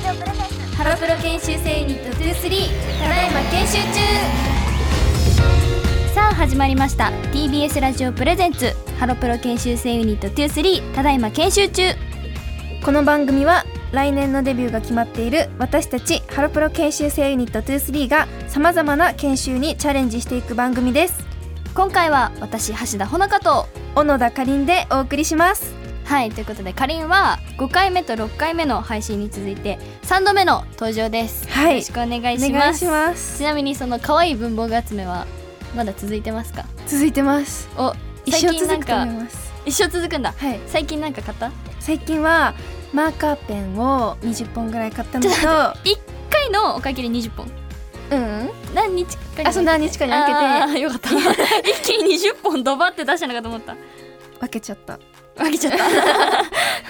ハロプロ研修生ユニット23ただいま研修中さあ始まりました TBS ラジオプレゼンツハロプロ研修生ユニット23ただいま研修中この番組は来年のデビューが決まっている私たちハロプロ研修生ユニット23がさまざまな研修にチャレンジしていく番組です今回は私橋田穂香と小野田かりんでお送りしますはいということでかりんは5回目と6回目の配信に続いて3度目の登場です、はいよろしくお願いしおま願いすしますちなみにその可愛い文房具集めはまだ続いてますか続いてますお一生最近な続んくとか思います一生続くんだはい最近なんか買った最近はマーカーペンを20本ぐらい買ったのと一回のおかげで20本うんうん何日かにあそう何日かにあ分けーよかった 一気に20本ドバって出したのかと思ったて分けちゃった分けちゃった、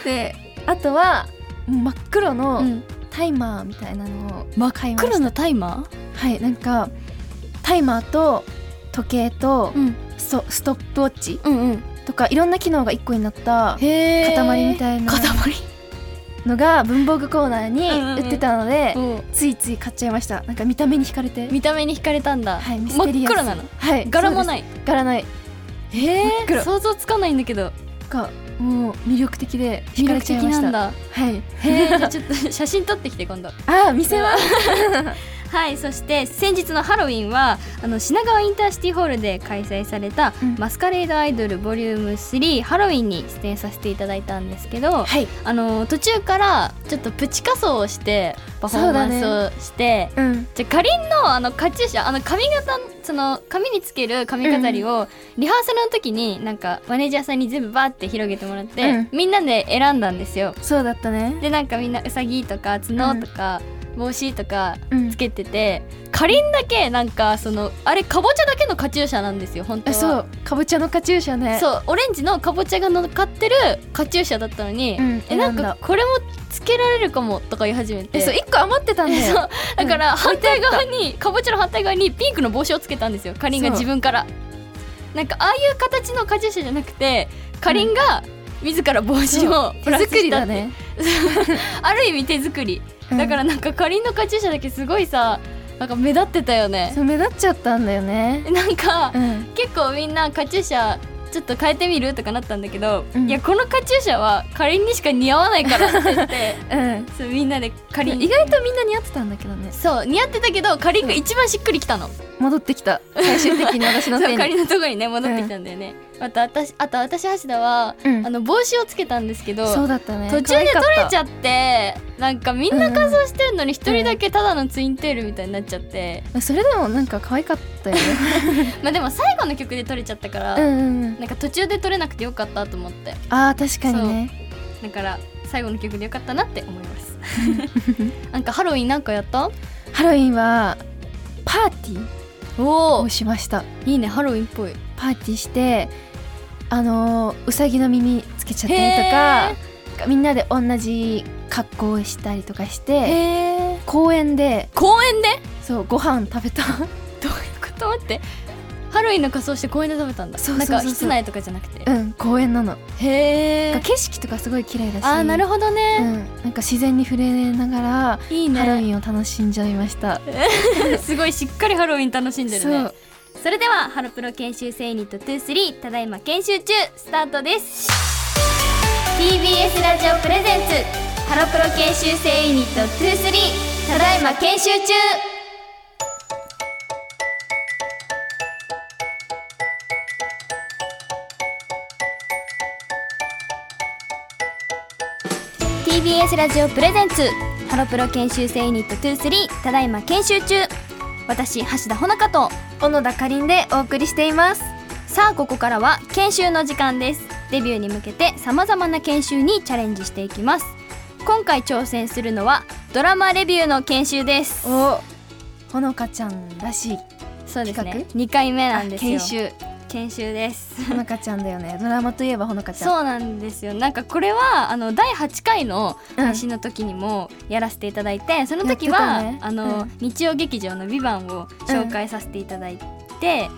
であとはもう真っ黒のうん、タイマーみたいなのを真買いました黒のタイマはいなんかタイマーと時計とー、うん、ストストップウォッチうんうんとかいろんな機能が一個になったへー塊みたいな塊のが文房具コーナーにうんうんうん売ってたので、うんついつい買っちゃいましたなんか見た目に惹かれて見た目に惹かれたんだ、はいミステ真リっアス黒なのはい柄もないい柄ないへ真っ黒想像つかないんだけどがもう魅力的で魅惹か力れち的ゃいまなしたん だはいへーじゃあちょっと写真撮ってきて今度あー見せますはいそして先日のハロウィンはあの品川インターシティホールで開催された、うんマスカレードアイドルボリューム3ハロウィンに出演させていただいたんですけどはいあの途中からちょっとプチ仮装をしてパフォーマンスをして、うんじゃあかりんのあのカチューシャあの髪型その髪につける髪飾りをリハーサルの時になんかマネージャーさんに全部バーって広げてもらって、うんみんなで選んだんですよそうだったねでなんかみんなうさぎとか角とか、帽子とかうんつけててかりんだけなんかそのあれかぼちゃだけのカチューシャなんですよ本当えはそうかぼちゃのカチューシャねそうオレンジのかぼちゃが乗っかってるカチューシャだったのに、うんえなん選んかだこれもつけられるかもとか言い始めてえそう1個余ってたんだ そようだから反対側にかぼちゃの反対側にピンクの帽子をつけたんですよかりんがそう自分からなんかああいう形のカチューシャじゃなくてかりんが自ら帽子をプ手ラス作りしただって、ねある意味手作り、だからなんかかりんのカチューシャだけすごいさなんか目立ってたよねそう目立っちゃったんだよねなんか、うん結構みんなカチューシャちょっと変えてみるとかなったんだけど、うんいやこのカチューシャはかりんにしか似合わないからって言って うんそうみんなでかりん意外とみんな似合ってたんだけどねそう似合ってたけどかりんが一番しっくりきたの戻ってきた最終的に私のそ手うかにりのとこにね戻ってきたんだよね、また私あと私橋田は、うんあの帽子をつけたんですけどそうだったね途中で取れちゃゃってなんかみんな仮装してんのに一人だけただのツインテールみたいになっちゃって、うそれでもなんか可愛かったよ ねまあでも最後の曲で取れちゃったから、うんうんうんなんか途中で取れなくてよかったと思ってあー確かにねだから最後の曲でよかったなって思います なんかハロウィンなんかやったハロウィンはパーティーおをしましたいいねハロウィンっぽいパーティーしてあのーうさぎの耳つけちゃったりとかみんなで同じ格好をしたりとかしてえ公園で公園でそうご飯食べた どういうこと待ってハロウィンの仮装して公園で食べたんだそうそうそうそうなんか室内とかじゃなくてうん公園なのへ景色とかすごい綺麗だしあーなるほどうね、ん、なんか自然に触れながらいいハロウねィンを楽しんじゃいました。 すごいしっかりハロウィン楽しんでるそねうそれではハロプロ研修生ユニット23ただいま研修中スタートです TBS ラジオプレゼンツハロプロ研修生ユニット23ただいま研修中「TBS ラジオプレゼンツハロプロ研修生ユニット23ただいま研修中」私橋田穂香と小野田かりんでお送りしています。さあここからは研修の時間ですデビューに向けてさまざまな研修にチャレンジしていきます今回挑戦するのはドラマレビューの研修ですお、ほのかちゃんらしいそうですね企2回目なんですよ研修。研修ですほのかちゃんだよね。ドラマといえばほのかちゃん。そうなんですよなんかこれはあの第8回のうん配信の時にもやらせていただいて、その時やは、ってたねあのうん日曜劇場の「ビバンを紹介させていただいて、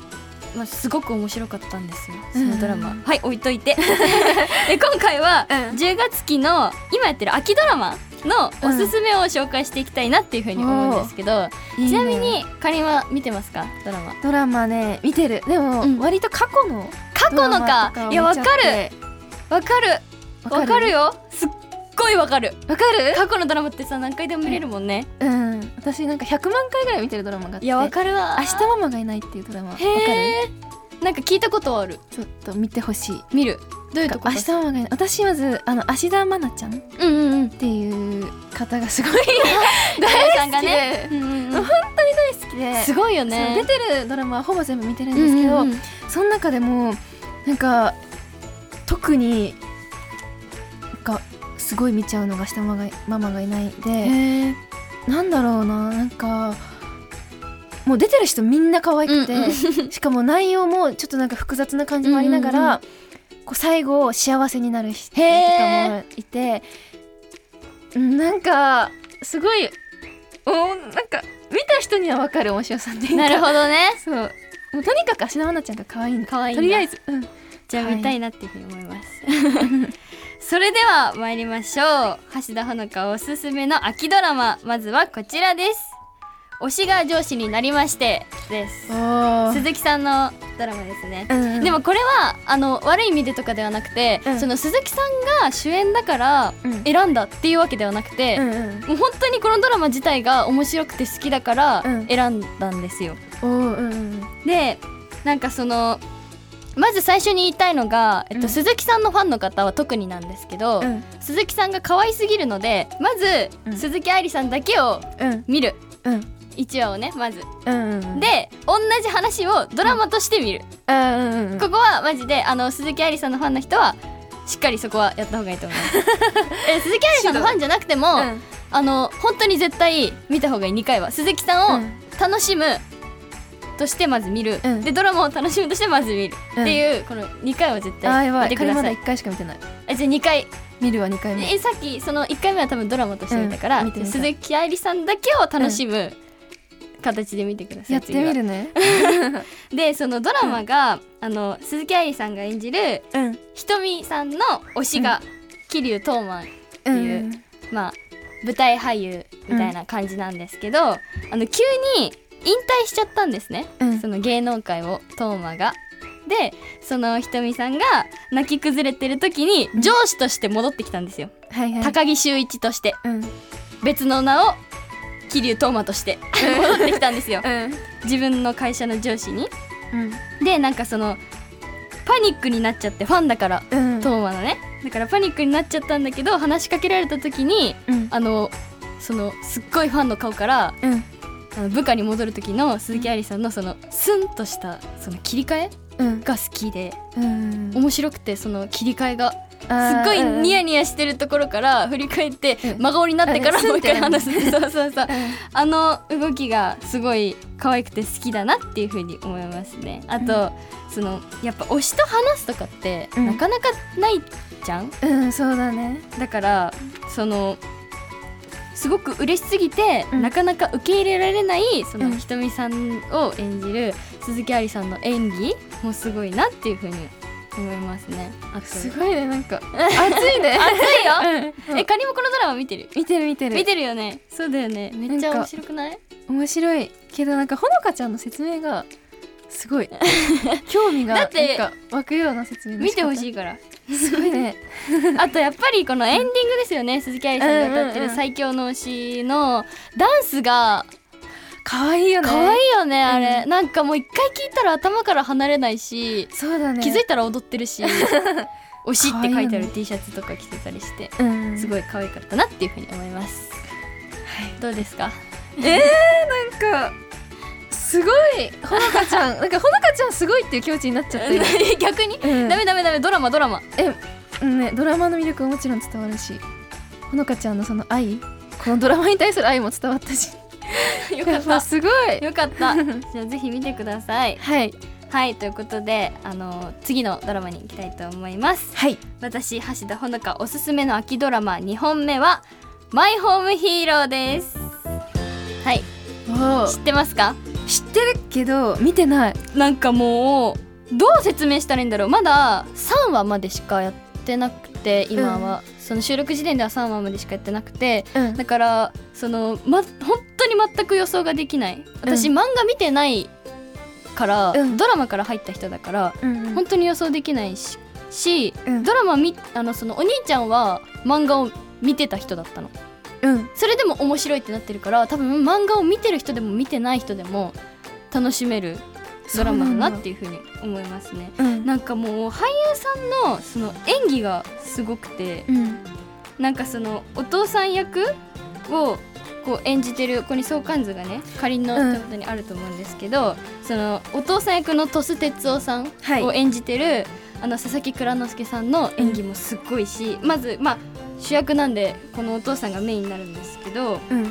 まあ、すごく面白かったんですよそのドラ マ、うんはい置いといてで今回はうん10月期の今やってる秋ドラマのおすすめを紹介していきたいなっていうふうに思うんですけど、いいねちなみにかりんは見てますかドラマドラマね見てるでも、うん割と過去の過去のかいやわかるわかるわわかるよすっごいわかるわかる過去のドラマってさ何回でも見れるもんねうん私なんか100万回ぐらい見てるドラマがあっていやわかるわ明日ママがいないっていうドラマわかるへえなんか聞いたことあるちょっと見てほしい見るどういうなとんこか明日ママがいない私まずあの芦田愛菜ちゃんっうんうん うんていう方がすごい大さんが好きねでうんうんうもうん本当に大好きで、すごいよそうね出てるドラマはほぼ全部見てるんですけど、うんうんうんその中でもなんか特になんかすごい見ちゃうのが下ママがママがいないでへえなんだろうななんかもう出てる人みんな可愛くて、うんうん しかも内容もちょっとなんか複雑な感じもありながら、うんうんうこう最後幸せになる人とかへもいてうんなんかすごいおなんか見た人には分かる面白さっていうかなるほどねそうもうとにかく芦田愛菜ちゃんが可愛いんだ可愛いんとだりあえず、うん、じゃあはい見たいなっていうふうに思います それでは参りましょう橋田ほのかおすすめの秋ドラマまずはこちらです推しが上司になりましてです鈴木さんのドラマですねうんでもこれはあの悪い意味でとかではなくて、うんその鈴木さんが主演だからうん選んだっていうわけではなくて、うんうんもう本当にこのドラマ自体が面白くて好きだからうん選んだんですよ。おーうんうんでなんかそのまず最初に言いたいのが、えっとうん鈴木さんのファンの方は特になんですけど、うん鈴木さんが可愛すぎるのでまず、うん鈴木愛理さんだけをうん見るうん1話をねまず。うんうんで同じ話をドラマとして見る。うんうんうんここはマジであの鈴木愛理さんのファンの人はしっかりそこはやった方がいいと思います え鈴木愛理さんのファンじゃなくても、うんあの本当に絶対見た方がいい2回は鈴木さんを楽しむとしてまず見る、うんでドラマを楽しむとしてまず見る、うんっていうこの2回は絶あー対やば見いてく彼だまさだい1回しか見てないあじゃあ2回見るわ2回目えさっきその1回目は多分ドラマとして見たから、うん見てみた鈴木愛理さんだけを楽しむ形で見てください、やってみるね次はでそのドラマが、あの鈴木愛理さんが演じるうんひとみさんの推しが桐生東馬、ういんまあ舞台俳優みたいな感じなんですけど、あの急に引退しちゃったんですね、うんその芸能界を東馬が。でそのひとみさんが泣き崩れてる時にうん上司として戻ってきたんですよ、はいはい高木秀一としてうん別の名を桐生東馬として戻ってきたんですようん自分の会社の上司に。うんでなんかそのパニックになっちゃってファンだからうんトーマのねだからパニックになっちゃったんだけど話しかけられた時にうんあのそのすっごいファンの顔からうんあの部下に戻る時の鈴木愛理さんのそのスンとしたその切り替えうんが好きでうん面白くてその切り替えがすあーっごいニヤうんニヤしてるところから振り返ってうん真顔になってからうんもう一回スンって話す そうそうそうあの動きがすごい可愛くて好きだなっていうふうに思いますねあと、そのやっぱ推しと話すとかってうんなかなかないじゃんうんそうだねだからそのすごく嬉しすぎて、うんなかなか受け入れられないそうのんひとみさんを演じる鈴木愛理さんの演技もすごいなっていうふうに思いますね。あとすごいねなんか熱いね熱いよ。うんえカニもこのドラマ見てる？見てる見てる見てるよね。そうだよね。めっちゃ面白くない？面白いけどなんかほのかちゃんの説明がすごい 興味がだなっんてか湧くような説明の見仕て方ほしいから。すごいねあとやっぱりこのエンディングですよね。鈴木愛理さんが歌ってうんうんるうん最強の推しのダンスが可愛いよね可愛いよねあれ、うなんかもう一回聞いたら頭から離れないし、そうだね気づいたら踊ってる し推しって書いて可愛いあよるね T シャツとか着てたりしてうんすいごい可愛かったなっていうふうに思います、 どうですかなんかすごいほのかちゃんなんかほのかちゃんすごいっていう気持ちになっちゃった よ逆に、うんダメダメダメドラマドラ マうんねドラマの魅力ももちろん伝わるしほのかちゃんのその愛このドラマに対する愛も伝わったしよかやっぱたすご いよかった じゃあぜひ見てくださいはいはいということであの次のドラマに行きたいと思いますはい私橋田ほのかおすすめの秋ドラマ2本目はマイホームヒーローですはいおー知ってますか知ってるけど見てないなんかもうどう説明したらいいんだろうまだ3話までしかやってなくて今は、その収録時点では3話までしかやってなくてうんだからその、ま、本当に全く予想ができない私、漫画見てないから、うんドラマから入った人だからうん本当に予想できないししうんドラマみあのそのお兄ちゃんは漫画を見てた人だったのうんそれでも面白いってなってるから多分漫画を見てる人でも見てない人でも楽しめるドラマだなっていうふうに思いますねうんなんかもう俳優さんのその演技がすごくてうんなんかそのお父さん役をこう演じてるここに相関図がね仮のうん手元にあると思うんですけど、そのお父さん役の鳥栖哲夫さんはいを演じてる、あの佐々木蔵之介さんの演技もすっごいし、まずまあ主役なんでこのお父さんがメインになるんですけどうん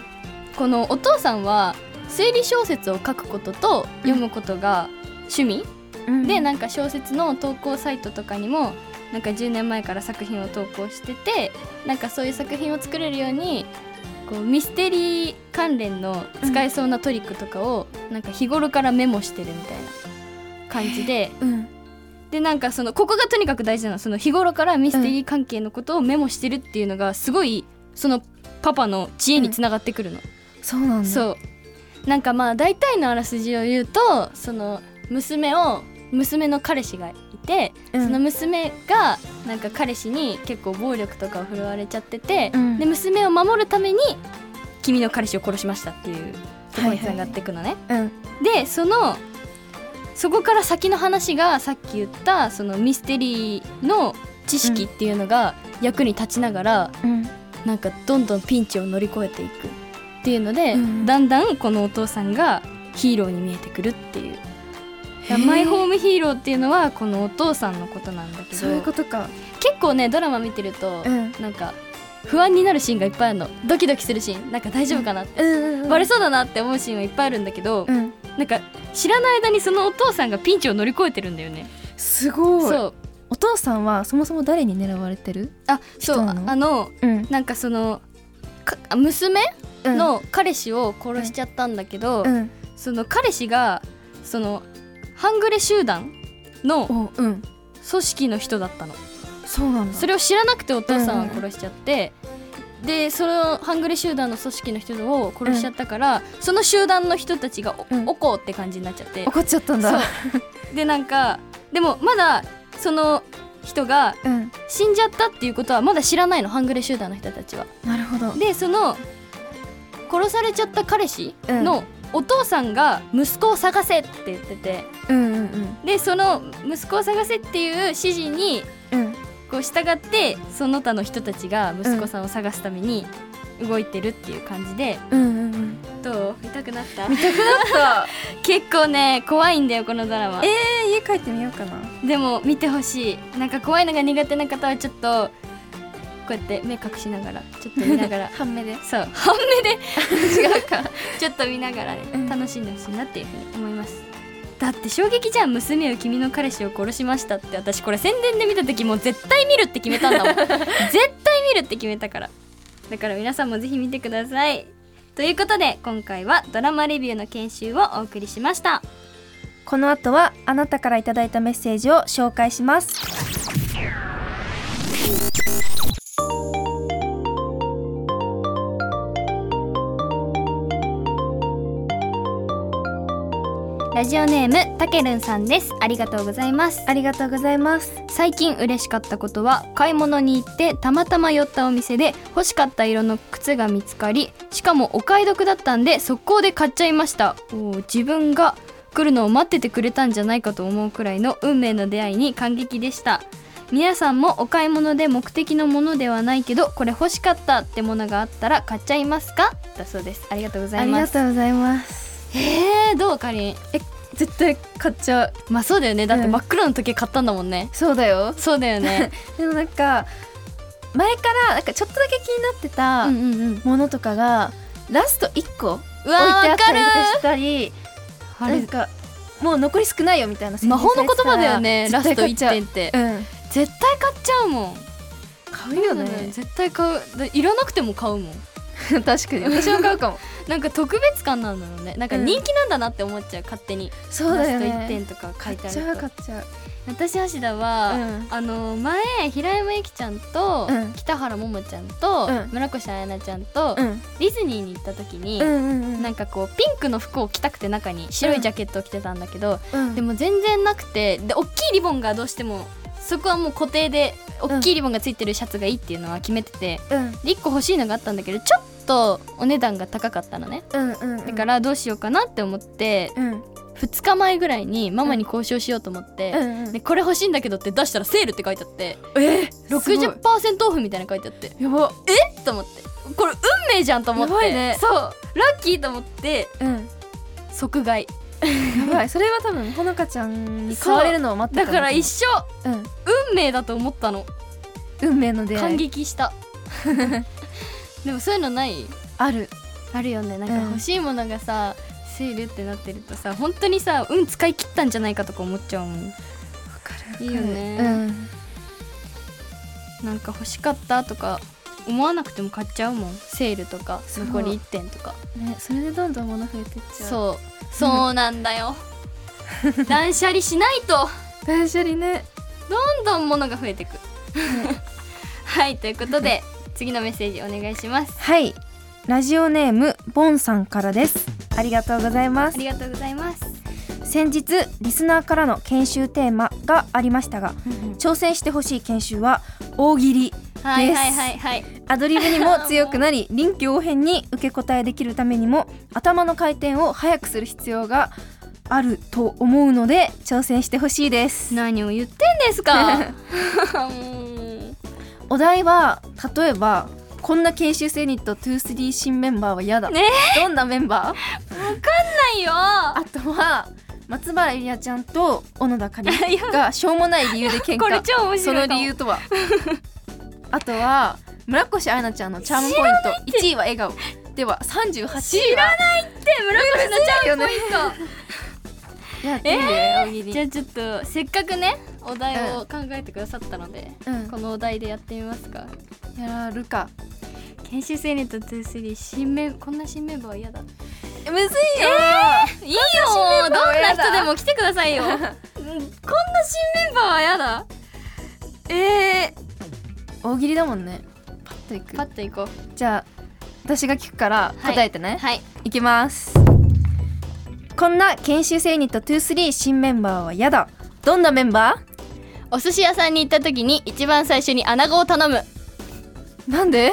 このお父さんは推理小説を書くことと読むことが趣味、うんでなんか小説の投稿サイトとかにもなんか10年前から作品を投稿しててなんかそういう作品を作れるようにこうミステリー関連の使えそうなトリックとかをなんか日頃からメモしてるみたいな感じでうんでなんかそのここがとにかく大事なのその日頃からミステリー関係のことをメモしてるっていうのがすごいそのパパの知恵につながってくるの。そうなんだそうなんかまあ大体のあらすじを言うとその娘を娘の彼氏がいて、うんその娘がなんか彼氏に結構暴力とかを振るわれちゃってて、うんで娘を守るために君の彼氏を殺しましたっていうところにつながっていくのね。うんでそのそこから先の話がさっき言ったそのミステリーの知識っていうのが役に立ちながら、うんなんかどんどんピンチを乗り越えていくっていうので、うんだんだんこのお父さんがヒーローに見えてくるっていうへーマイホームヒーローっていうのはこのお父さんのことなんだけそどういうことか結構ねドラマ見てると、うんなんか不安になるシーンがいっぱいあるのドキドキするシーンなんか大丈夫かなって、うんバレそうだなって思うシーンはいっぱいあるんだけど、うんなんか知らない間にそのお父さんがピンチを乗り越えてるんだよね。すごいそうお父さんはそもそも誰に狙われてるあそう人あなのあのうんなんかそのか娘の彼氏を殺しちゃったんだけど、うんその彼氏がその半グレ集団の組おうん織の人だったのそうなんだそれを知らなくてお父さんは殺しちゃって、でその半グレ集団の組織の人を殺しちゃったから、その集団の人たちがお,、うんこうって感じになっちゃって怒っちゃったんだでなんかでもまだその人がうん死んじゃったっていうことはまだ知らないの半グレ集団の人たちは。なるほどでその殺されちゃった彼氏のお父さんが息子を探せって言っててうんうんでその息子を探せっていう指示にうんうんこう従ってその他の人たちが息子さんを探すために動いてるっていう感じで、うんうんうんどう見たくなった見たくなった 結構ね怖いんだよこのドラマえー、家帰ってみようかなでも見てほしいなんか怖いのが苦手な方はちょっとこうやって目隠しながらちょっと見ながら半目でそう半目で違うかちょっと見ながらね、うん楽しんでほしいなっていうふうに思いますだって衝撃じゃん娘を君の彼氏を殺しましたって私これ宣伝で見た時もう絶対見るって決めたんだ もん絶対見るって決めたからだから皆さんもぜひ見てくださいということで今回はドラマレビューの研修をお送りしましたこの後はあなたからいただいたメッセージを紹介しますラジオネームたけるんさんですありがとうございますありがとうございます最近嬉しかったことは買い物に行ってたまたま寄ったお店で欲しかった色の靴が見つかりしかもお買い得だったんで速攻で買っちゃいましたおー自分が来るのを待っててくれたんじゃないかと思うくらいの運命の出会いに感激でした皆さんもお買い物で目的のものではないけどこれ欲しかったってものがあったら買っちゃいますかだそうですありがとうござあいりまがすとうございますえー、どうかりん絶対買っちゃうまあそうだよねだってうん真っ黒の時計買ったんだもんね、そうだよそうだよねでもなんか前からなんかちょっとだけ気になって たうんうんうんものとかが、ラスト1個置いてうあわっーかたりるとかしたりあなんかもう残り少ないよみたいな宣魔言法の言葉だよされねてたらラスト絶対買っち1ゃう点ってうん絶対買っちゃうもん買うよね絶対買うだいらなくても買う もん確かに私も買うかも なんか特別感なんだろうねなんか人気なんだなって思っちゃう勝手にそうだよラスト1ね点とか書買いってあちゃう買るっちゃうと私芦田は、うんあの前平山由紀ちゃんと、うん北原桃ちゃんと、うん村越彩菜ちゃんと、うんディズニーに行った時に、うんうんなんかこうピンクの服を着たくて中に白いジャケットを着てたんだけど、うんでも全然なくてで大きいリボンがどうしてもそこはもう固定で大きいリボンがついてるシャツがいいっていうのは決めてて、うんで1個欲しいのがあったんだけどちょっとお値段が高かったのねうんうんうんだからどうしようかなって思ってうんうん2日前ぐらいにママに交渉しようと思って、うんでこれ欲しいんだけどって出したらセールって書いてあってえすごい60%オフみたいなの書いてあってやばえっと思ってこれ運命じゃんと思ってやばいねそうラッキーと思ってうん即買いやばいそれは多分ほのかちゃんに買われるのを待ってだたから一緒生うん運命だと思ったの運命の出会感い激した でもそういうのないあるあるよねなんうかん欲しいものがさ、セールってなってるとさ本当にさ運使い切ったんじゃないかとか思っちゃうもんいいよねうんなんか欲しかったとか思わなくても買っちゃうもんセールとかそう残り1点とかねそれでどんどん物増えてっちゃううそうそうなんだ よ断捨離しないと断捨離ねどんどん物が増えてく はいということで次のメッセージお願いしますはいラジオネームボンさんからですありがとうございますありがとうございます先日リスナーからの研修テーマがありましたが挑戦してほしい研修は大喜利はいはいはいはいアドリブにも強くなり臨機応変に受け答えできるためにも頭の回転を速くする必要があると思うので挑戦してほしいです何を言ってんです かもう お題は例えばこんな研修生ユニット23新メンバーは嫌だ、ねどんなメンバーないよあとは松原ゆりあちゃんと小野田かりんがしょうもない理由で喧嘩 これ超面白いその理由と はあとは村越愛菜ちゃんのチャームポイント1位は笑顔では38位は知らないで村越のチャームポイン いやいいえね大喜ト利じゃあちょっとせっかくねお題を考えてくださったので、うんこのお題でやってみますかやるか研修生ネット23新メンこんな新メンバーは嫌だむずいよ、いいよこんな新メンどんバーなは嫌だ人でも来てくださいようんこんな新メンバーは嫌だえ大喜利だもんねパッといー、くパッと行こうじゃあ私が聞くから答えてね、はいいきますこんな研修生ユニット23新メンバーは嫌だどんなメンバお寿司屋さんに行った時に一番最初に穴子を頼むーなんで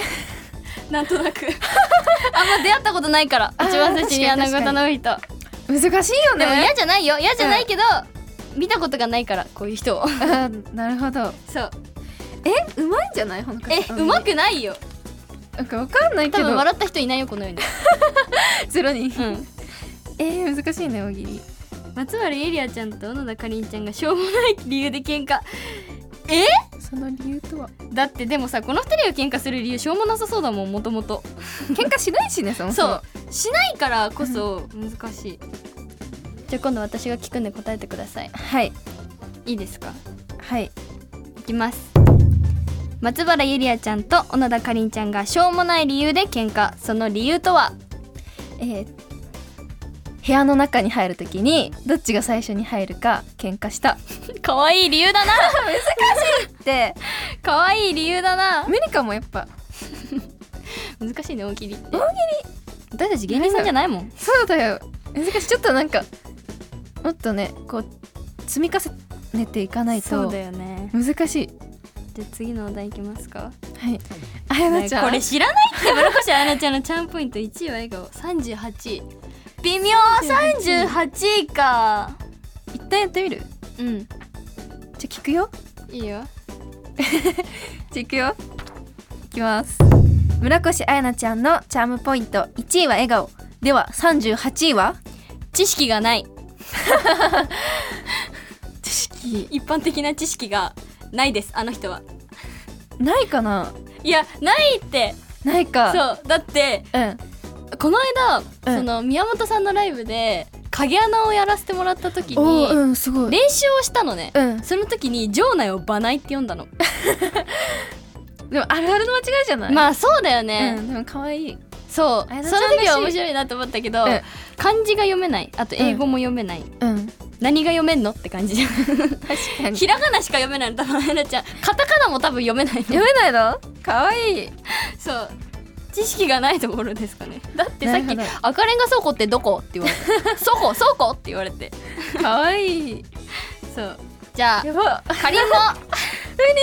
なんとなく あんま出会ったことないからあー一番最初に穴子を頼む人難しいよでも嫌ねじゃないよ嫌じゃないけど、見たことがないからこういう人をうんなるほどそうえうまいんじゃないほのかえさんうまくないよなんかわかんないけ多ど分笑った人いないよこの世に、ゼロに、うん、えー、難しいね大喜利松原ゆりあちゃんと小野田かりんちゃんがしょうもない理由で喧嘩その理由と はだってでもさこの二人が喧嘩する理由しょうもなさそうだもんもともと喧嘩しないしねそもそそもうしないからこそ難しいじゃあ今度私が聞くんで答えてくださいはいいいですかはいいきます松原ゆりあちゃんと小野田かりんちゃんがしょうもない理由で喧嘩その理由とはえー部屋の中に入るときにどっちが最初に入るか喧嘩した可愛い理由だ なで可愛い理由だな無理かもやっぱ難しいね大喜利って大喜利私たち芸人さんじゃないもんそうだよ難しいちょっとなんかもっとねこう積み重ねていかないとよね難しいじゃあ次のお題いきますかはいあやなちゃんこれ知らないって村越あやなちゃんのチャームポイント1位は笑顔38位微妙38位か一旦やってみるうんじゃあ聞くよいいよじゃあいくよいきます村越彩菜ちゃんのチャームポイント1位は笑顔では38位は知識がない知識一般的な知識がないですあの人はないかないやないってないかそうだってうんこの間、うんその宮本さんのライブで影穴をやらせてもらった時おーにうんすごい練習をしたのね、うんその時に場内を「場内」って読んだのでもあるあるの間違いじゃないまあそうだようね、んでも可愛いそうあやなちそゃんのらしい時は面白いなと思ったけど、うん漢字が読めないあと英語も読めない、うん何が読めんのって感じじゃん確かにひらがなしか読めないの多分あやなちゃんカタカナも多分読めない読めないの可愛いいそう知識がないところですかねだってさっなきるほ「赤レンガ倉庫ってどこ?」って言われ て「倉庫倉庫!」って言われて可愛いいそうじゃあやばカリンコあ無理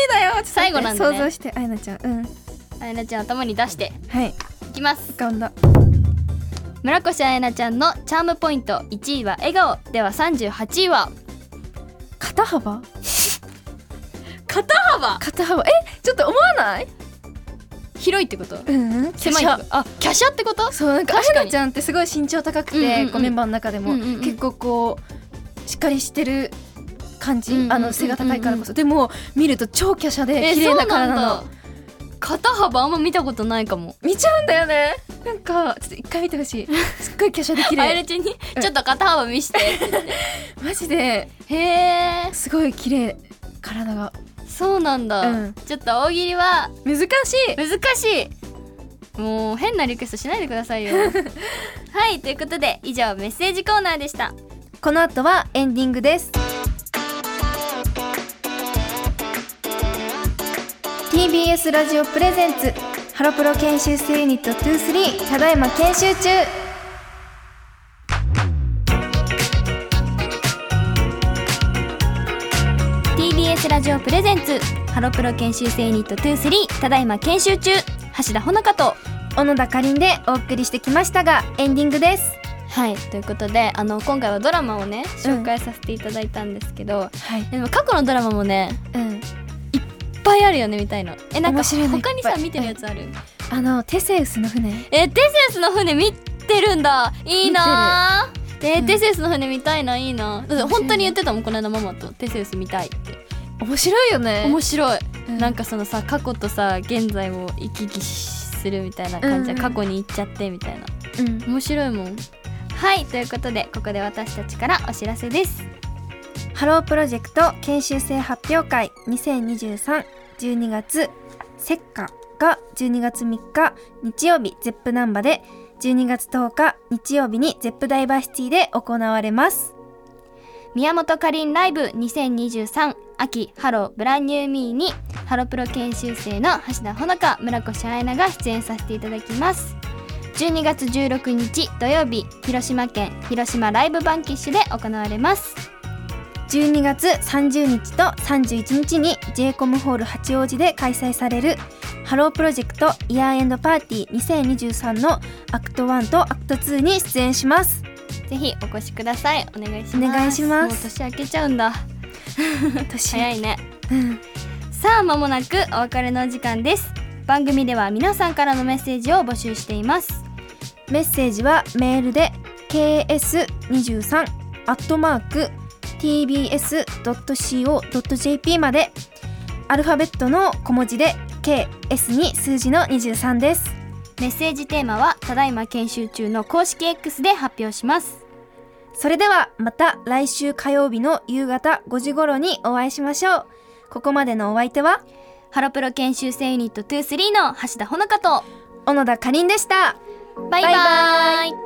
だよちょっと待っ て最後なんでね想像してあやなちゃんうんやなちゃん頭に出してはいいきます浮かんだ村越あやなちゃんのチャームポイント1位は笑顔では38位は肩幅肩幅肩幅えちょっと思わない広いってことうんうん狭いってことあ華奢ってことそうなんかあ確かにやなちゃんってすごい身長高くて、うんうんうんこうメンバーの中でも、うんうんうん結構こうしっかりしてる感じ、うんうんうんうんあの背が高いからこそ、でも見ると超華奢で綺麗な体なのだ肩幅あんま見たことないかも見ちゃうんだよねなんかちょっと一回見てほしいすっごい華奢で綺あや麗なちゃんに「うんちょっと肩幅見してマジで」 へえすごい綺麗体がそうなんだ、うんちょっと大喜利は難しい難しいもう変なリクエストしないでくださ いよはいということで以上メッセージコーナーでしたこの後はエンディングです TBS ラジオプレゼンツハロプロ研修生ユニット23ただいま研修中 TBS ラジオプレゼンツハロプロ研修生ユニット23ただいま研修中橋田穂香と小野田かりんでお送りしてきましたがエンディングですはいということであの今回はドラマをねうん紹介させていただいたんですけど、はいでも過去のドラマもねうんいっぱいあるよねみたいなえなんか面白いのいっぱ他いにさ見てるやつあるあのテセウスの船えテセウスの船見てるんだいいなーで、うんテセウスの船見たいないいなだって本当に言ってたもんこの間ママとテセウス見たいって面白いよね面白い、うんなんかそのさ過去とさ現在を行き来するみたいな感じで、うんうん過去に行っちゃってみたいなうん面白いもんはいということでここで私たちからお知らせですハロープロジェクト研修生発表会202312月セッカが12月3日日曜日ゼップナンバで12月10日日曜日にゼップダイバーシティで行われます宮本かりんライブ2023秋ハローブランニューミーにハロプロ研修生の橋田ほのか村越彩菜が出演させていただきます12月16日土曜日広島県広島ライブバンキッシュで行われます12月30日と31日に j コムホール八王子で開催されるハロープロジェクトイヤーエンドパーティー2023のアクト1とアクト2に出演しますぜひお越しくださいお願いしますお願いしますもう年明けちゃうんだ年早いねうんさあ間もなくお別れのお時間です番組では皆さんからのメッセージを募集していますメッセージはメールで ks23 アットマーク tbs.co.jp までアルファベットの小文字で ks に数字の23ですメッセージテーマはただいま研修中の公式 X で発表しますそれではまた来週火曜日の夕方5時頃にお会いしましょうここまでのお相手はハロプロ研修生ユニット23の橋田ほのかと小野田かりんでしたバイバイバイバイ